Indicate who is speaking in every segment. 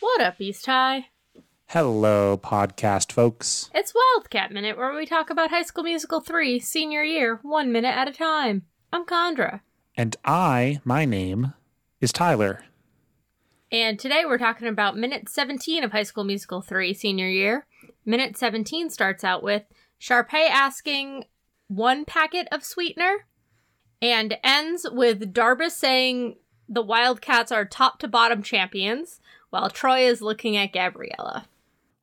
Speaker 1: What up, East High?
Speaker 2: Hello, podcast folks.
Speaker 1: It's Wildcat Minute, where we talk about High School Musical 3 senior year, one minute at a time. I'm Condra.
Speaker 2: And I, my name is Tyler.
Speaker 1: And today we're talking about minute 17 of High School Musical 3 senior year. Minute 17 starts out with Sharpay asking one packet of sweetener and ends with Darba saying the Wildcats are top to bottom champions while Troy is looking at Gabriella.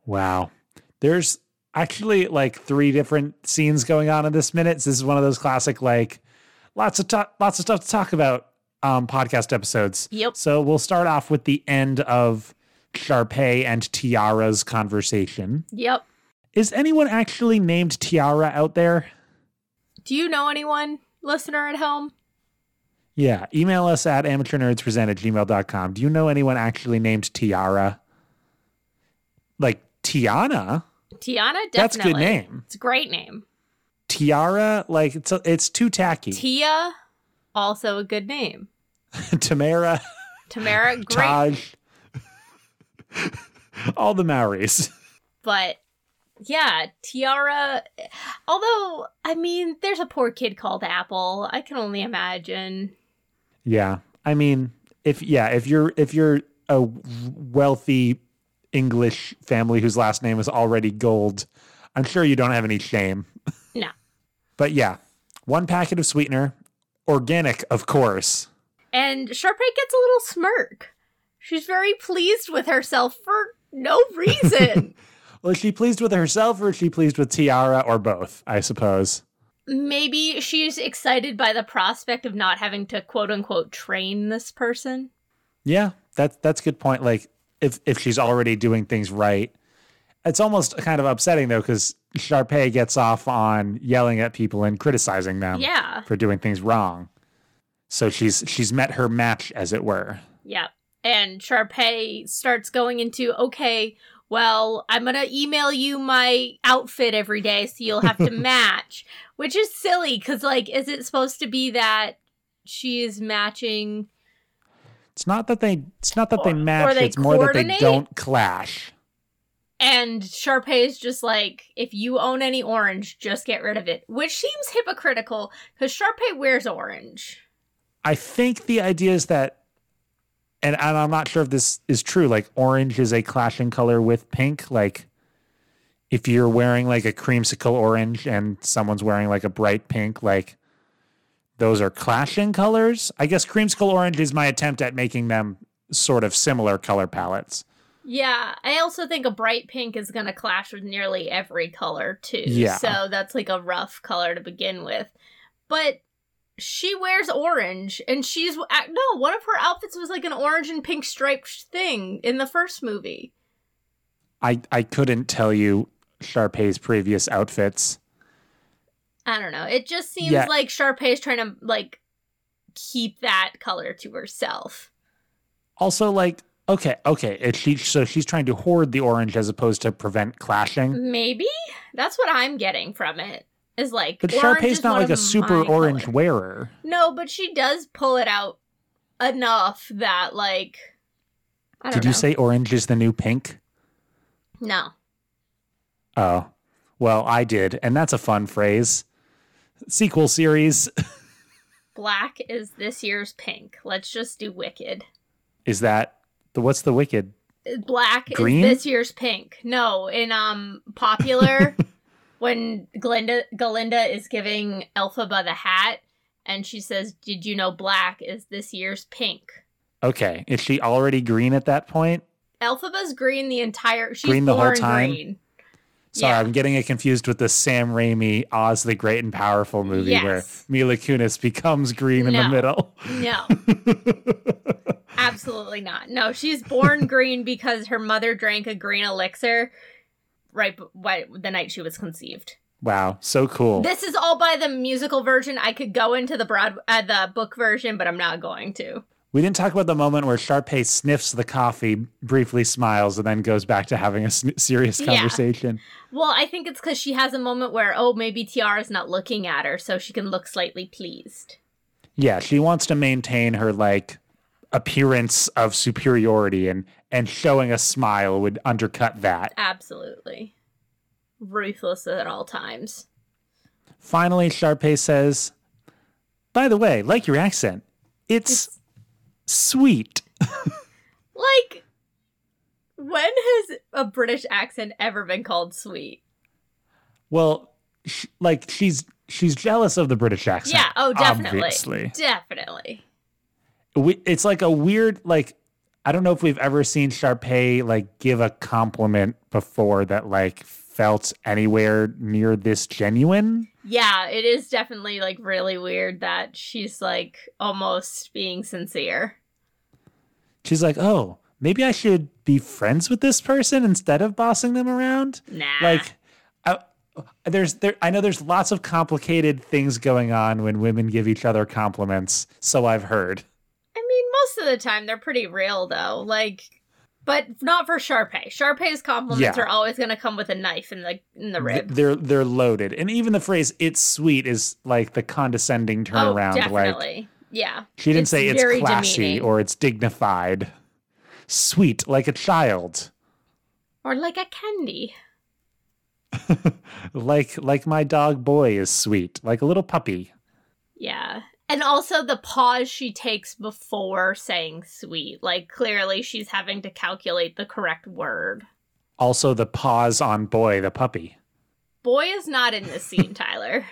Speaker 2: Wow. There's actually like three different scenes going on in this minute. So this is one of those classic like lots of talk, lots of stuff to talk about um podcast episodes.
Speaker 1: Yep.
Speaker 2: So we'll start off with the end of Sharpay and Tiara's conversation.
Speaker 1: Yep.
Speaker 2: Is anyone actually named Tiara out there?
Speaker 1: Do you know anyone, listener at home?
Speaker 2: Yeah. Email us at amateurnerdspresent at gmail.com. Do you know anyone actually named Tiara? Like Tiana?
Speaker 1: Tiana, definitely.
Speaker 2: That's a good name.
Speaker 1: It's a great name.
Speaker 2: Tiara, like it's it's too tacky.
Speaker 1: Tia, also a good name.
Speaker 2: Tamara,
Speaker 1: Tamara, great.
Speaker 2: Taj, all the Maoris.
Speaker 1: But yeah, Tiara. Although, I mean, there's a poor kid called Apple. I can only imagine.
Speaker 2: Yeah, I mean, if yeah, if you're if you're a wealthy English family whose last name is already Gold, I'm sure you don't have any shame.
Speaker 1: No.
Speaker 2: But yeah, one packet of sweetener, organic, of course.
Speaker 1: And Sharpay gets a little smirk. She's very pleased with herself for no reason.
Speaker 2: Well, is she pleased with herself or is she pleased with Tiara or both? I suppose.
Speaker 1: Maybe she's excited by the prospect of not having to quote unquote train this person.
Speaker 2: Yeah, that's that's a good point. Like if if she's already doing things right, it's almost kind of upsetting though because Sharpay gets off on yelling at people and criticizing them
Speaker 1: yeah.
Speaker 2: for doing things wrong. So she's she's met her match, as it were.
Speaker 1: Yeah. And Sharpay starts going into, okay, well, I'm going to email you my outfit every day so you'll have to match, which is silly because, like, is it supposed to be that she is matching?
Speaker 2: It's not that they it's not that
Speaker 1: Or-
Speaker 2: they
Speaker 1: or
Speaker 2: match.
Speaker 1: they
Speaker 2: it's more that they
Speaker 1: coordinate?
Speaker 2: don't clash.
Speaker 1: And Sharpay is just like, if you own any orange, just get rid of it, which seems hypocritical because Sharpay wears orange.
Speaker 2: I think the idea is that, and, and I'm not sure if this is true. Like orange is a clashing color with pink. Like if you're wearing like a creamsicle orange and someone's wearing like a bright pink, like those are clashing colors. I guess creamsicle orange is my attempt at making them sort of similar color palettes.
Speaker 1: Yeah, I also think a bright pink is going to clash with nearly every color too.
Speaker 2: Yeah.
Speaker 1: So that's like a rough color to begin with. But she wears orange and she's uh, no, one of her outfits was like an orange and pink striped thing in the first movie.
Speaker 2: I I couldn't tell you Sharpay's previous outfits.
Speaker 1: I don't know. It just seems
Speaker 2: Yeah.
Speaker 1: like Sharpay is trying to like keep that color to herself.
Speaker 2: Also, like okay, okay, if she so she's trying to hoard the orange as opposed to prevent clashing.
Speaker 1: Maybe that's what I'm getting from it. Is like
Speaker 2: But
Speaker 1: orange
Speaker 2: Sharpay's
Speaker 1: is
Speaker 2: not
Speaker 1: one
Speaker 2: like a
Speaker 1: of
Speaker 2: super
Speaker 1: my
Speaker 2: orange
Speaker 1: colors.
Speaker 2: wearer.
Speaker 1: No, but she does pull it out enough that like I don't
Speaker 2: Did
Speaker 1: know.
Speaker 2: you say orange is the new pink?
Speaker 1: no?
Speaker 2: Oh, well, I did, and that's a fun phrase. Sequel series
Speaker 1: Black is this year's pink. Let's just do wicked.
Speaker 2: is that the what's the wicked?
Speaker 1: Black
Speaker 2: Green?
Speaker 1: is this year's pink. No, in um popular when Glinda Galinda is giving Elphaba the hat and she says, "Did you know black is this year's pink?"
Speaker 2: Okay, is she already green at that point?
Speaker 1: Elphaba's green the entire she's
Speaker 2: Green the whole
Speaker 1: born
Speaker 2: time?
Speaker 1: green.
Speaker 2: Sorry,
Speaker 1: Yeah.
Speaker 2: I'm getting it confused with the Sam Raimi Oz the Great and Powerful movie where
Speaker 1: Yes.
Speaker 2: Mila Kunis becomes green in
Speaker 1: No.
Speaker 2: the middle.
Speaker 1: No. Absolutely not. No, she's born green because her mother drank a green elixir right b- why- the night she was conceived.
Speaker 2: Wow, so cool.
Speaker 1: This is all by the musical version. I could go into the broad uh, the book version, but I'm not going to.
Speaker 2: We didn't talk about the moment where Sharpay sniffs the coffee, briefly smiles, and then goes back to having a sn- serious
Speaker 1: Yeah.
Speaker 2: conversation.
Speaker 1: Well, I think it's because she has a moment where oh maybe Tiara's not looking at her, so she can look slightly pleased.
Speaker 2: Yeah, she wants to maintain her like appearance of superiority and and showing a smile would undercut that.
Speaker 1: Absolutely. Ruthless at all times.
Speaker 2: Finally, Sharpay says, By the way, like your accent, it's, sweet.
Speaker 1: Like, when has a British accent ever been called sweet?
Speaker 2: Well, sh- like she's she's jealous of the British accent.
Speaker 1: yeah, oh, definitely.
Speaker 2: Obviously.
Speaker 1: Definitely.
Speaker 2: We, it's like a weird like I don't know if we've ever seen Sharpay like give a compliment before that like felt anywhere near this genuine.
Speaker 1: Yeah, it is definitely like really weird that she's like almost being sincere.
Speaker 2: She's like, "Oh, maybe I should be friends with this person instead of bossing them around."
Speaker 1: Nah.
Speaker 2: like I, there's there I know there's lots of complicated things going on when women give each other compliments, so I've heard.
Speaker 1: I mean, most of the time they're pretty real though. Like but not for Sharpay. Sharpay's compliments
Speaker 2: Yeah.
Speaker 1: are always going to come with a knife in the in the
Speaker 2: Th-
Speaker 1: rib.
Speaker 2: They're they're loaded. And even the phrase it's sweet is like the condescending turnaround
Speaker 1: oh,
Speaker 2: like
Speaker 1: definitely. yeah.
Speaker 2: she didn't
Speaker 1: It's
Speaker 2: say it's
Speaker 1: very
Speaker 2: classy
Speaker 1: demeaning.
Speaker 2: or it's dignified. Sweet like a child.
Speaker 1: Or like a candy.
Speaker 2: Like like my dog boy is sweet, like a little puppy.
Speaker 1: Yeah. And also the pause she takes before saying sweet. Like clearly she's having to calculate the correct word.
Speaker 2: Also the pause on boy, the puppy.
Speaker 1: Boy is not in this scene, Tyler.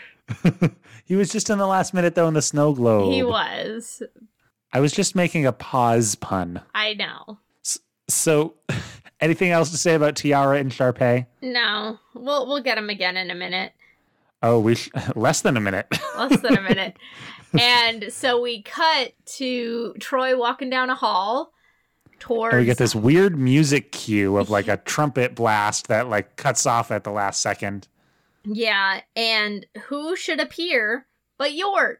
Speaker 2: He was just in the last minute though in the snow globe.
Speaker 1: He was.
Speaker 2: I was just making a pause pun.
Speaker 1: I know.
Speaker 2: So, anything else to say about Tiara and Sharpay?
Speaker 1: No. We'll we'll get him again in a minute.
Speaker 2: Oh, we sh- less than a minute.
Speaker 1: Less than a minute. And so we cut to Troy walking down a hall towards
Speaker 2: and Oh, we get this weird music cue of like a trumpet blast that like cuts off at the last second.
Speaker 1: Yeah, and who should appear but Yort.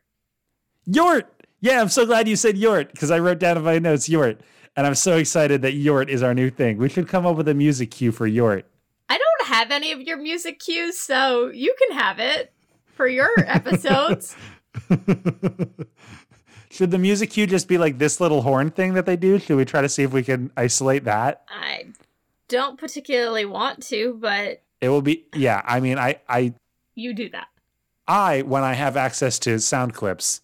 Speaker 2: Yort. Yeah, I'm so glad you said Yort because I wrote down in my notes Yort, and I'm so excited that Yort is our new thing. We should come up with a music cue for Yort.
Speaker 1: I don't have any of your music cues, so you can have it for your episodes.
Speaker 2: Should the music cue just be like this little horn thing that they do? Should we try to see if we can isolate that?
Speaker 1: I don't particularly want to, but
Speaker 2: It will be yeah. I mean, I I
Speaker 1: you do that.
Speaker 2: I, when I have access to sound clips,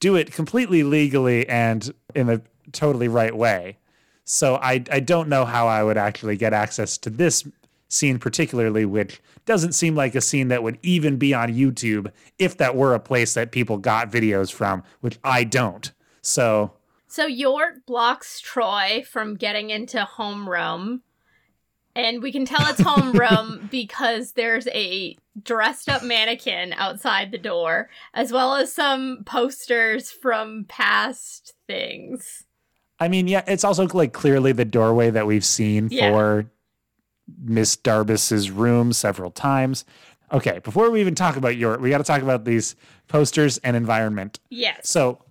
Speaker 2: do it completely legally and in the totally right way. So I, I don't know how I would actually get access to this scene, particularly, which doesn't seem like a scene that would even be on YouTube if that were a place that people got videos from, which I don't. So
Speaker 1: So Yort blocks Troy from getting into homeroom. And we can tell it's homeroom because there's a dressed up mannequin outside the door, as well as some posters from past things.
Speaker 2: I mean, yeah, it's also like clearly the doorway that we've seen
Speaker 1: Yeah.
Speaker 2: for Miss Darbus's room several times. Okay, before we even talk about your, we got to talk about these posters and environment.
Speaker 1: Yes.
Speaker 2: So,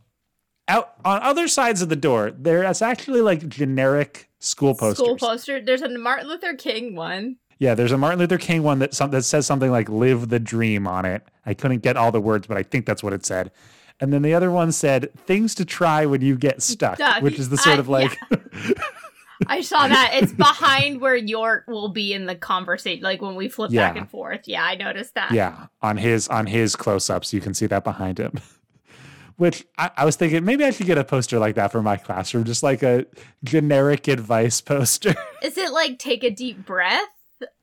Speaker 2: out on other sides of the door, there's actually like generic school posters.
Speaker 1: School poster. There's a Martin Luther King one.
Speaker 2: yeah, there's a Martin Luther King one that some, that says something like "Live the Dream" on it. I couldn't get all the words, but I think that's what it said. And then the other one said "Things to try when you get stuck,"
Speaker 1: Stuck.
Speaker 2: which is the sort
Speaker 1: I-
Speaker 2: of like.
Speaker 1: I saw that. It's behind where Yort will be in the conversation, like when we flip back
Speaker 2: Yeah.
Speaker 1: and forth. Yeah, I noticed that.
Speaker 2: yeah on his on his close-ups you can see that behind him which I, I was thinking maybe i should get a poster like that for my classroom just like a generic advice poster
Speaker 1: Is it like take a deep breath?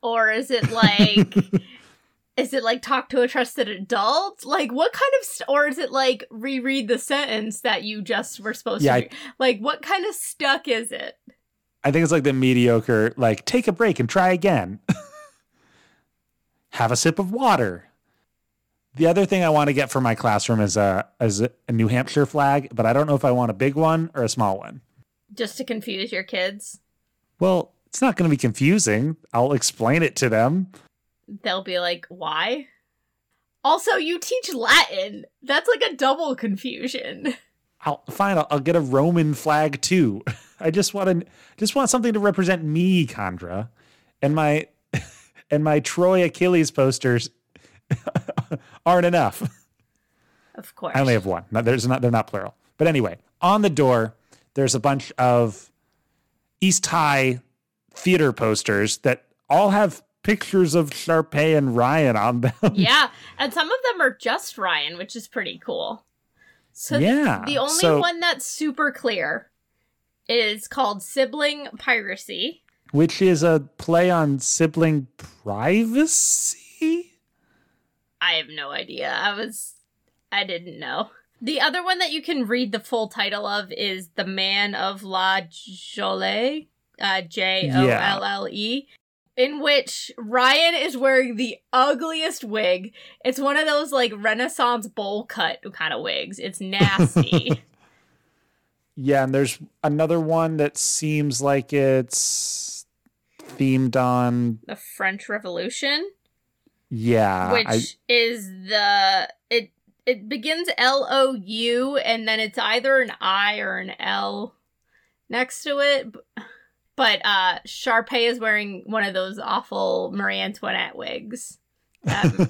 Speaker 1: Or is it like is it like talk to a trusted adult? Like what kind of st- or is it like reread the sentence that you just were supposed
Speaker 2: Yeah,
Speaker 1: to? Re- like what kind of stuck is it?
Speaker 2: i think it's like the mediocre like take a break and try again have a sip of water the other thing i want to get for my classroom is a is a new hampshire flag but i don't know if i want a big one or a small one
Speaker 1: Just to confuse your kids.
Speaker 2: well it's not going to be confusing i'll explain it to them
Speaker 1: They'll be like, "Why?" Also, you teach Latin. That's like a double confusion.
Speaker 2: I'll fine. I'll, I'll get a Roman flag too. I just want to just want something to represent me, Condra, and my and my Troy Achilles posters aren't enough.
Speaker 1: Of course.
Speaker 2: I only have one. No, there's not. They're not plural. But anyway, on the door, there's a bunch of East High theater posters that all have pictures of Sharpay and Ryan on them.
Speaker 1: yeah, and some of them are just Ryan, which is pretty cool. So th-
Speaker 2: yeah.
Speaker 1: the only
Speaker 2: Ah, so-
Speaker 1: one that's super clear is called Sibling Piracy.
Speaker 2: which is a play on sibling privacy.
Speaker 1: I have no idea. I was I didn't know. The other one that you can read the full title of is The Man of La Jolie, uh, J O L L E, in which Ryan is wearing the ugliest wig. It's one of those like Renaissance bowl cut kind of wigs. It's nasty.
Speaker 2: Yeah, and there's another one that seems like it's themed on
Speaker 1: the French Revolution.
Speaker 2: yeah,
Speaker 1: which
Speaker 2: Uh, I,
Speaker 1: is the it it begins L O U and then it's either an I or an L next to it. B- But uh Sharpay is wearing one of those awful Marie Antoinette wigs. Um,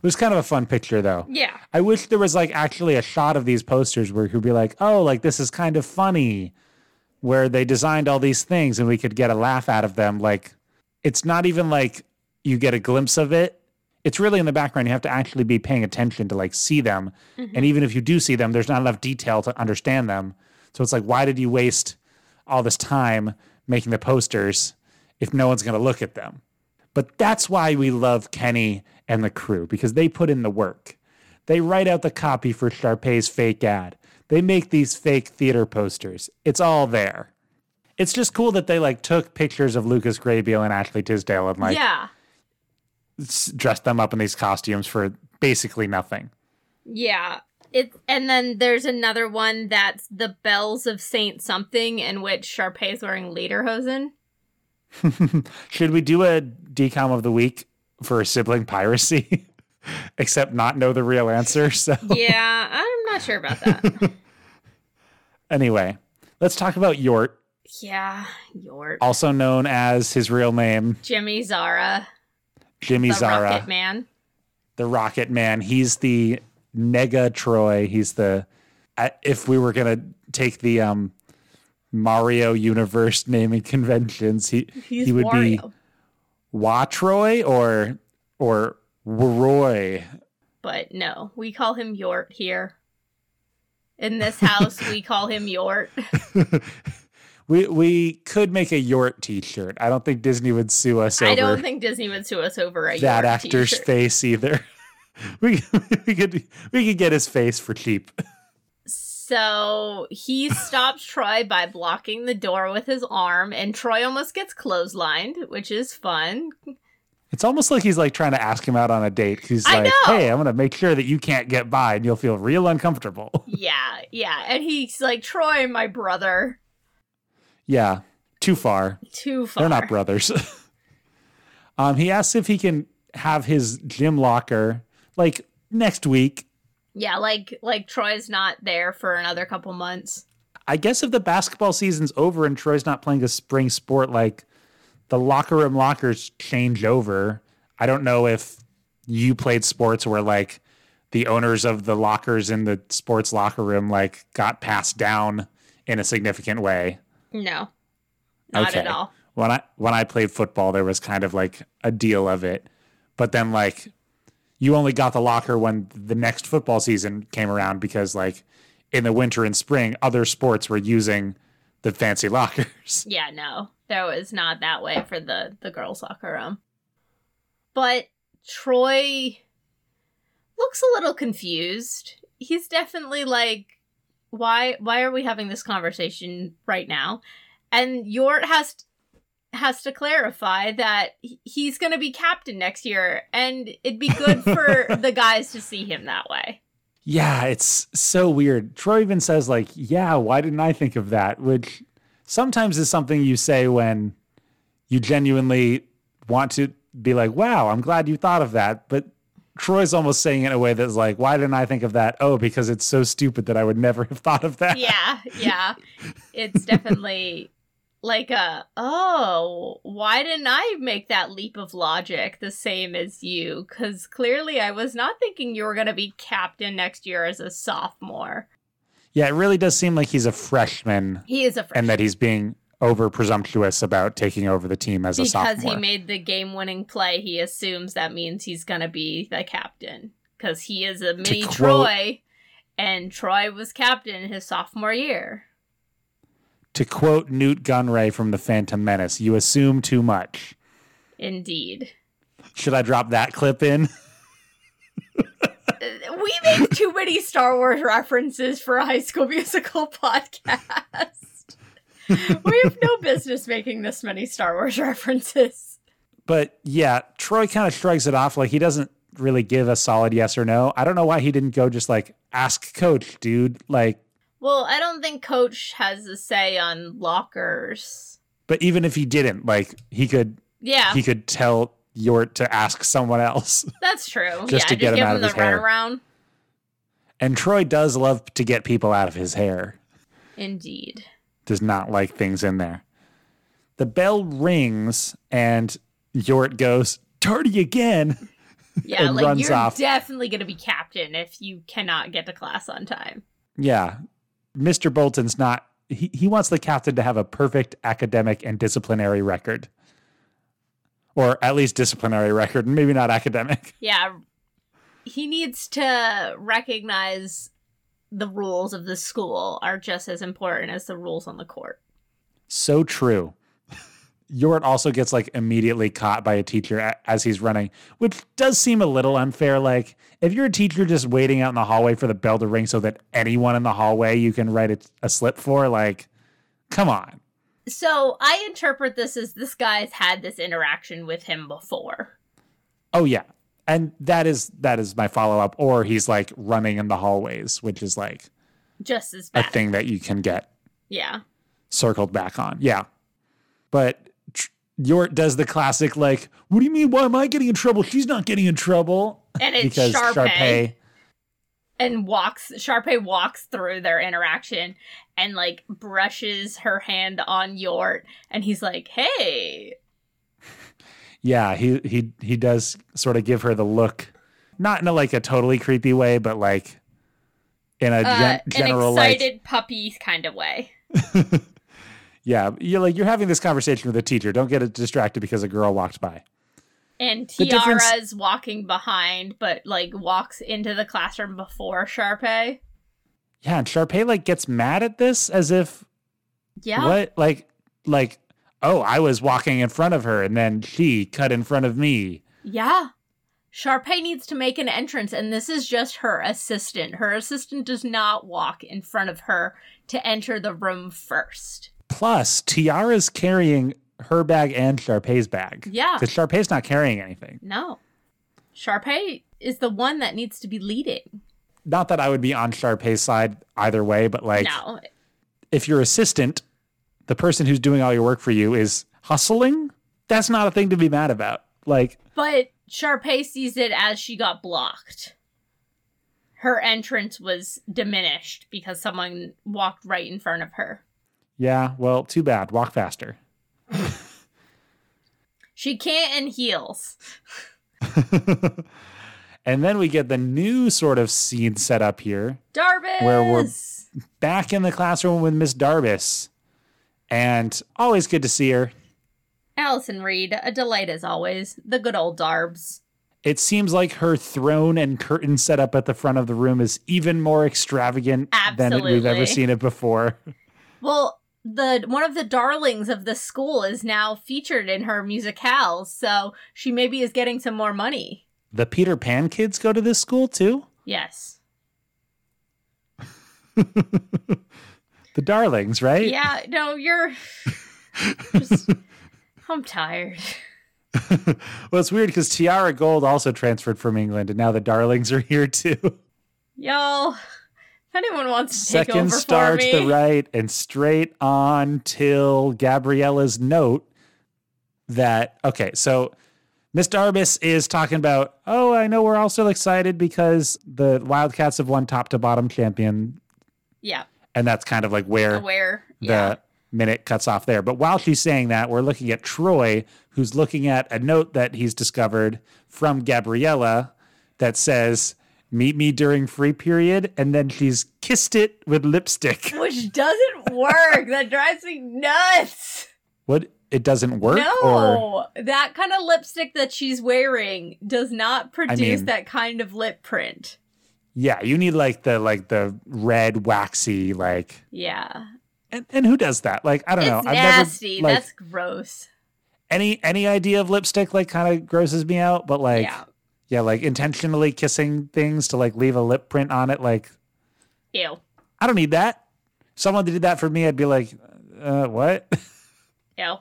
Speaker 2: it was kind of a fun picture though.
Speaker 1: yeah.
Speaker 2: I wish there was like actually a shot of these posters where you could be like, "Oh, like this is kind of funny." Where they designed all these things and we could get a laugh out of them like it's not even like you get a glimpse of it. It's really in the background. You have to actually be paying attention to like see them. And even if you do see them, there's not enough detail to understand them. So it's like, why did you waste all this time making the posters if no one's going to look at them? But that's why we love Kenny and the crew because they put in the work. They write out the copy for Sharpay's fake ad. They make these fake theater posters. It's all there. It's just cool that they like took pictures of Lucas Grabeel and Ashley Tisdale and like
Speaker 1: yeah.
Speaker 2: s- dressed them up in these costumes for basically nothing.
Speaker 1: Yeah. It and then there's another one that's the Bells of Saint something in which Sharpay is wearing lederhosen.
Speaker 2: Should we do a decom of the week for sibling piracy? Except not know the real answer. So
Speaker 1: yeah, I'm not sure about that.
Speaker 2: anyway, let's talk about Yort,
Speaker 1: yeah, York.
Speaker 2: also known as his real name,
Speaker 1: Jimmy Zara,
Speaker 2: Jimmy
Speaker 1: the
Speaker 2: Zara,
Speaker 1: Rocket Man.
Speaker 2: the Rocket Man. He's the Nega Troy. He's the I- if we were gonna take the um Mario universe naming conventions, he
Speaker 1: He's
Speaker 2: he would be
Speaker 1: Wario,
Speaker 2: Watroy or or Roy.
Speaker 1: but no, we call him Yort here. In this house, we call him Yort.
Speaker 2: We we could make a Yort T-shirt. I don't think Disney would sue us
Speaker 1: I
Speaker 2: over
Speaker 1: don't think Disney would sue us over a
Speaker 2: that
Speaker 1: Yort
Speaker 2: actor's
Speaker 1: t-shirt.
Speaker 2: face either. We we could we could get his face for cheap.
Speaker 1: So he stops Troy by blocking the door with his arm, and Troy almost gets clotheslined, which is fun.
Speaker 2: It's almost like he's like trying to ask him out on a date. He's
Speaker 1: I
Speaker 2: like,
Speaker 1: know.
Speaker 2: "Hey, I'm gonna make sure that you can't get by, and you'll feel real uncomfortable."
Speaker 1: Yeah, yeah. And he's like, Troy, my brother.
Speaker 2: yeah, too far.
Speaker 1: Too far.
Speaker 2: They're not brothers. um, he asks if he can have his gym locker like next week.
Speaker 1: Yeah, like like Troy's not there for another couple months.
Speaker 2: I guess if the basketball season's over and Troy's not playing a spring sport, like the locker room lockers change over. I don't know if you played sports where like the owners of the lockers in the sports locker room like got passed down in a significant way.
Speaker 1: No. Not at
Speaker 2: Okay.
Speaker 1: all.
Speaker 2: When I when I played football, there was kind of like a deal of it. But then like you only got the locker when the next football season came around because like in the winter and spring, other sports were using the fancy lockers.
Speaker 1: Yeah, no. There was not that way for the the girls locker room. But Troy looks a little confused. He's definitely like why why are we having this conversation right now? And Yort has has to clarify that he- he's going to be captain next year and it'd be good for the guys to see him that way.
Speaker 2: Yeah, it's so weird. Troy even says, like, yeah, why didn't I think of that? Which sometimes is something you say when you genuinely want to be like, wow, I'm glad you thought of that. But Troy's almost saying it in a way that's like, why didn't I think of that? Oh, because it's so stupid that I would never have thought of that.
Speaker 1: yeah, yeah. It's definitely like a oh, why didn't I make that leap of logic the same as you? Because clearly I was not thinking you were going to be captain next year as a sophomore.
Speaker 2: Yeah, it really does seem like he's a freshman
Speaker 1: He is a freshman.
Speaker 2: and that he's being over presumptuous about taking over the team as a
Speaker 1: because
Speaker 2: sophomore.
Speaker 1: he made the game winning play, he assumes that means he's going to be the captain because he is a mini
Speaker 2: quote-
Speaker 1: Troy, and Troy was captain his sophomore year.
Speaker 2: to quote Newt Gunray from The Phantom Menace, you assume too much.
Speaker 1: Indeed.
Speaker 2: Should I drop that clip in?
Speaker 1: Uh, We make too many Star Wars references for a high school musical podcast. we have no business making this many Star Wars references.
Speaker 2: But yeah, Troy kind of shrugs it off. Like he doesn't really give a solid yes or no. I don't know why he didn't go just like, ask coach, dude. Like,
Speaker 1: Well, I don't think Coach has a say on lockers.
Speaker 2: but even if he didn't, like he could
Speaker 1: Yeah,
Speaker 2: he could tell Yort to ask someone else.
Speaker 1: that's true.
Speaker 2: Just
Speaker 1: yeah,
Speaker 2: to get him
Speaker 1: give him
Speaker 2: out of
Speaker 1: the
Speaker 2: his hair.
Speaker 1: runaround.
Speaker 2: And Troy does love to get people out of his hair.
Speaker 1: Indeed.
Speaker 2: Does not like things in there. The bell rings and Yort goes, Tardy again.
Speaker 1: Yeah,
Speaker 2: and
Speaker 1: like
Speaker 2: runs
Speaker 1: you're
Speaker 2: off.
Speaker 1: definitely gonna be captain if you cannot get to class on time.
Speaker 2: Yeah. Mr. Bolton's not he, he wants the captain to have a perfect academic and disciplinary record. Or at least disciplinary record, maybe not academic.
Speaker 1: Yeah. He needs to recognize the rules of the school are just as important as the rules on the court.
Speaker 2: So true. Yort also gets like immediately caught by a teacher a- as he's running, which does seem a little unfair. Like, if you're a teacher just waiting out in the hallway for the bell to ring so that anyone in the hallway you can write a, a slip for, like, come on.
Speaker 1: So I interpret this as this guy's had this interaction with him before.
Speaker 2: Oh yeah, and that is that is my follow up. Or he's like running in the hallways, which is like
Speaker 1: Just as
Speaker 2: a
Speaker 1: bad.
Speaker 2: thing that you can get
Speaker 1: Yeah.
Speaker 2: circled back on. Yeah. But tr- Yort does the classic, like, what do you mean? Why am I getting in trouble? She's not getting in trouble.
Speaker 1: And it's
Speaker 2: because
Speaker 1: Sharpay.
Speaker 2: Sharpay,
Speaker 1: And walks Sharpay walks through their interaction and like brushes her hand on Yort and he's like, Hey,
Speaker 2: yeah, he he he does sort of give her the look, not in a, like a totally creepy way, but like in a
Speaker 1: uh,
Speaker 2: gen- general
Speaker 1: an
Speaker 2: like,
Speaker 1: excited puppy kind of way.
Speaker 2: yeah, you're like you're having this conversation with a teacher. Don't get distracted because a girl walked by.
Speaker 1: And
Speaker 2: The difference-
Speaker 1: Tiara's walking behind, but like walks into the classroom before Sharpay.
Speaker 2: Yeah, and Sharpay like gets mad at this as if
Speaker 1: Yeah.
Speaker 2: what like like oh I was walking in front of her and then she cut in front of me.
Speaker 1: Yeah. Sharpay needs to make an entrance, and this is just her assistant. Her assistant does not walk in front of her to enter the room first.
Speaker 2: Plus Tiara's carrying her bag and Sharpay's bag.
Speaker 1: Yeah.
Speaker 2: because Sharpay's not carrying anything.
Speaker 1: No. Sharpay is the one that needs to be leading.
Speaker 2: Not that I would be on Sharpay's side either way, but like
Speaker 1: no.
Speaker 2: if your assistant, the person who's doing all your work for you, is hustling, that's not a thing to be mad about. Like,
Speaker 1: But Sharpay sees it as she got blocked. Her entrance was diminished because someone walked right in front of her.
Speaker 2: yeah, well, too bad. Walk faster.
Speaker 1: She can't in heels.
Speaker 2: And then we get the new sort of scene set up here
Speaker 1: Darvis!
Speaker 2: Where we're- back in the classroom with Miss Darbus. And always good to see her.
Speaker 1: Allison Reed, a delight as always. The good old Darbs.
Speaker 2: It seems like her throne and curtain setup at the front of the room is even more extravagant than we've ever
Speaker 1: Absolutely.
Speaker 2: seen it before.
Speaker 1: Well, the one of the darlings of the school is now featured in her musicales, so she maybe is getting some more money.
Speaker 2: The Peter Pan kids go to this school too?
Speaker 1: Yes.
Speaker 2: The Darlings, right?
Speaker 1: Yeah, no, you're just I'm tired.
Speaker 2: Well, it's weird because Tiara Gold also transferred from England, and now the Darlings are here too.
Speaker 1: Y'all, if anyone wants to take
Speaker 2: Second
Speaker 1: over
Speaker 2: star
Speaker 1: for
Speaker 2: to
Speaker 1: me,
Speaker 2: the right, and straight on till Gabriella's note that okay, so Miss Darbus is talking about, oh, I know we're all so excited because the Wildcats have won top to bottom champion,
Speaker 1: yeah,
Speaker 2: and that's kind of like where
Speaker 1: aware,
Speaker 2: the
Speaker 1: yeah,
Speaker 2: minute cuts off there. But while she's saying that, we're looking at Troy, who's looking at a note that he's discovered from Gabriella that says, Meet me during free period. And then she's kissed it with lipstick.
Speaker 1: which doesn't work. that drives me nuts.
Speaker 2: What? It doesn't work? Or
Speaker 1: no, that kind of lipstick that she's wearing does not produce
Speaker 2: mean-
Speaker 1: that kind of lip print.
Speaker 2: yeah, you need like the like the red waxy like
Speaker 1: Yeah,
Speaker 2: and, and who does that? Like I don't
Speaker 1: it's
Speaker 2: know.
Speaker 1: nasty.
Speaker 2: I've never, like,
Speaker 1: That's gross.
Speaker 2: any any idea of lipstick like kind of grosses me out, but like
Speaker 1: yeah,
Speaker 2: yeah, like intentionally kissing things to like leave a lip print on it like
Speaker 1: ew,
Speaker 2: I don't need that. Someone that did that for me, I'd be like, uh, what?
Speaker 1: ew.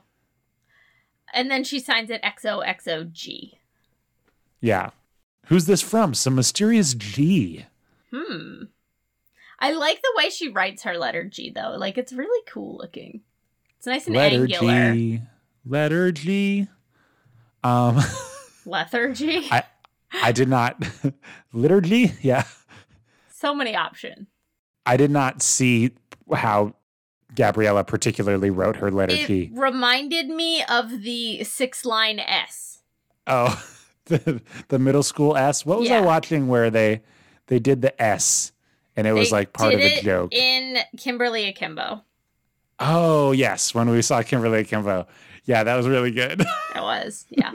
Speaker 1: And then she signs it XOXOG.
Speaker 2: yeah. Who's this from? Some mysterious G.
Speaker 1: Hmm. I like the way she writes her letter G though. Like it's really cool looking. It's nice and angular.
Speaker 2: G. Letter G. Um,
Speaker 1: Lethargy.
Speaker 2: I- I did not. liturgy? Yeah.
Speaker 1: so many options.
Speaker 2: I did not see how Gabriella particularly wrote her letter
Speaker 1: It
Speaker 2: G.
Speaker 1: reminded me of the six line S.
Speaker 2: Oh, the, the middle school S. What was I
Speaker 1: Yeah.
Speaker 2: watching where they they did the S and it was
Speaker 1: They
Speaker 2: like part of
Speaker 1: did
Speaker 2: the
Speaker 1: it
Speaker 2: joke?
Speaker 1: In Kimberly Akimbo.
Speaker 2: oh, yes. When we saw Kimberly Kimbo. Yeah, that was really good.
Speaker 1: It was. Yeah.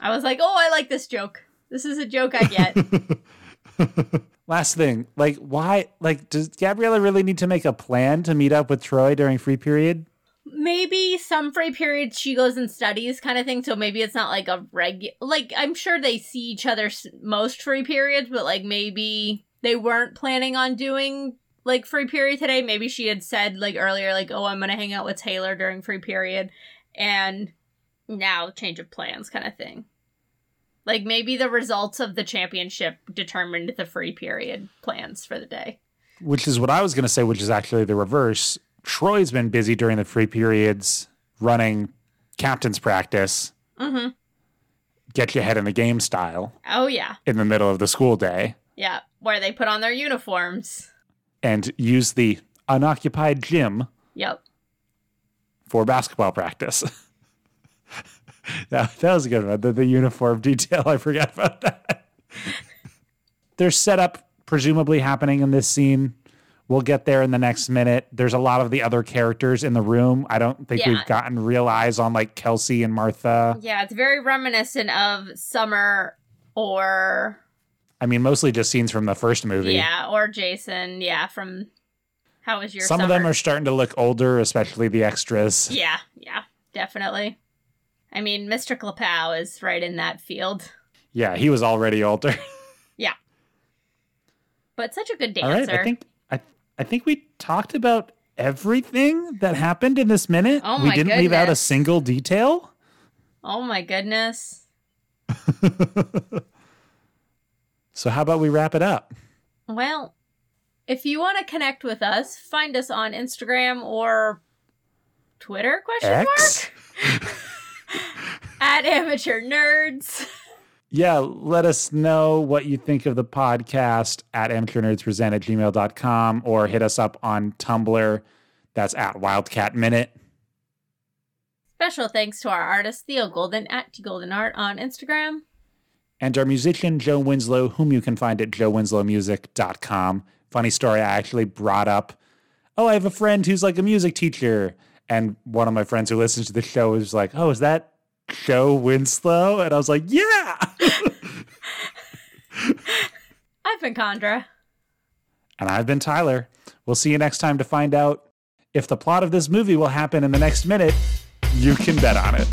Speaker 1: I was like, oh, I like this joke. This is a joke I get.
Speaker 2: Last thing, like, why? Like, does Gabriella really need to make a plan to meet up with Troy during free period?
Speaker 1: maybe some free periods she goes and studies kind of thing so maybe it's not like a regular like i'm sure they see each other s- most free periods but like maybe they weren't planning on doing like free period today maybe she had said like earlier like oh i'm gonna hang out with taylor during free period and now change of plans kind of thing like maybe the results of the championship determined the free period plans for the day
Speaker 2: Which is what I was going to say, which is actually the reverse. Troy's been busy during the free periods running captain's practice,
Speaker 1: mm-hmm
Speaker 2: get your head in the game style
Speaker 1: oh yeah
Speaker 2: in the middle of the school day,
Speaker 1: yeah where they put on their uniforms
Speaker 2: and use the unoccupied gym
Speaker 1: yep
Speaker 2: for basketball practice. that, that was a good one. The, the uniform detail, I forgot about that. There's setup presumably happening in this scene. We'll get there in the next minute. There's a lot of the other characters in the room. I don't think
Speaker 1: Yeah.
Speaker 2: we've gotten real eyes on like Kelsey and Martha.
Speaker 1: Yeah, it's very reminiscent of Summer or
Speaker 2: I mean, mostly just scenes from the first movie.
Speaker 1: yeah, or Jason, yeah, from How was your
Speaker 2: Some of
Speaker 1: summer?
Speaker 2: them are starting to look older, especially the extras.
Speaker 1: Yeah, yeah, definitely. I mean, Mr. Klapow is right in that field.
Speaker 2: Yeah, he was already older.
Speaker 1: But such a good
Speaker 2: All right,
Speaker 1: dancer.
Speaker 2: I think I I think we talked about everything that happened in this minute.
Speaker 1: Oh
Speaker 2: we
Speaker 1: my
Speaker 2: didn't leave out a
Speaker 1: goodness.
Speaker 2: single detail.
Speaker 1: oh my goodness.
Speaker 2: So how about we wrap it up?
Speaker 1: Well, if you want to connect with us, find us on Instagram or Twitter question
Speaker 2: X?
Speaker 1: mark at amateur nerds.
Speaker 2: Yeah, let us know what you think of the podcast at amateurnerdspresent at gmail.com or hit us up on Tumblr. That's at Wildcat Minute.
Speaker 1: Special thanks to our artist Theo Golden at Golden Art on Instagram.
Speaker 2: and our musician Joe Winslow, whom you can find at joewinslowmusic.com. Funny story, I actually brought up, oh, I have a friend who's like a music teacher. And one of my friends who listens to the show was like, oh, is that Joe Winslow? And I was like, yeah.
Speaker 1: I've been Condra.
Speaker 2: and I've been Tyler. We'll see you next time to find out if the plot of this movie will happen in the next minute. You can bet on it.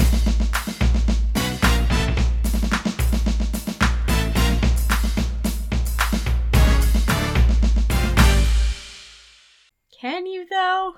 Speaker 1: Can you though?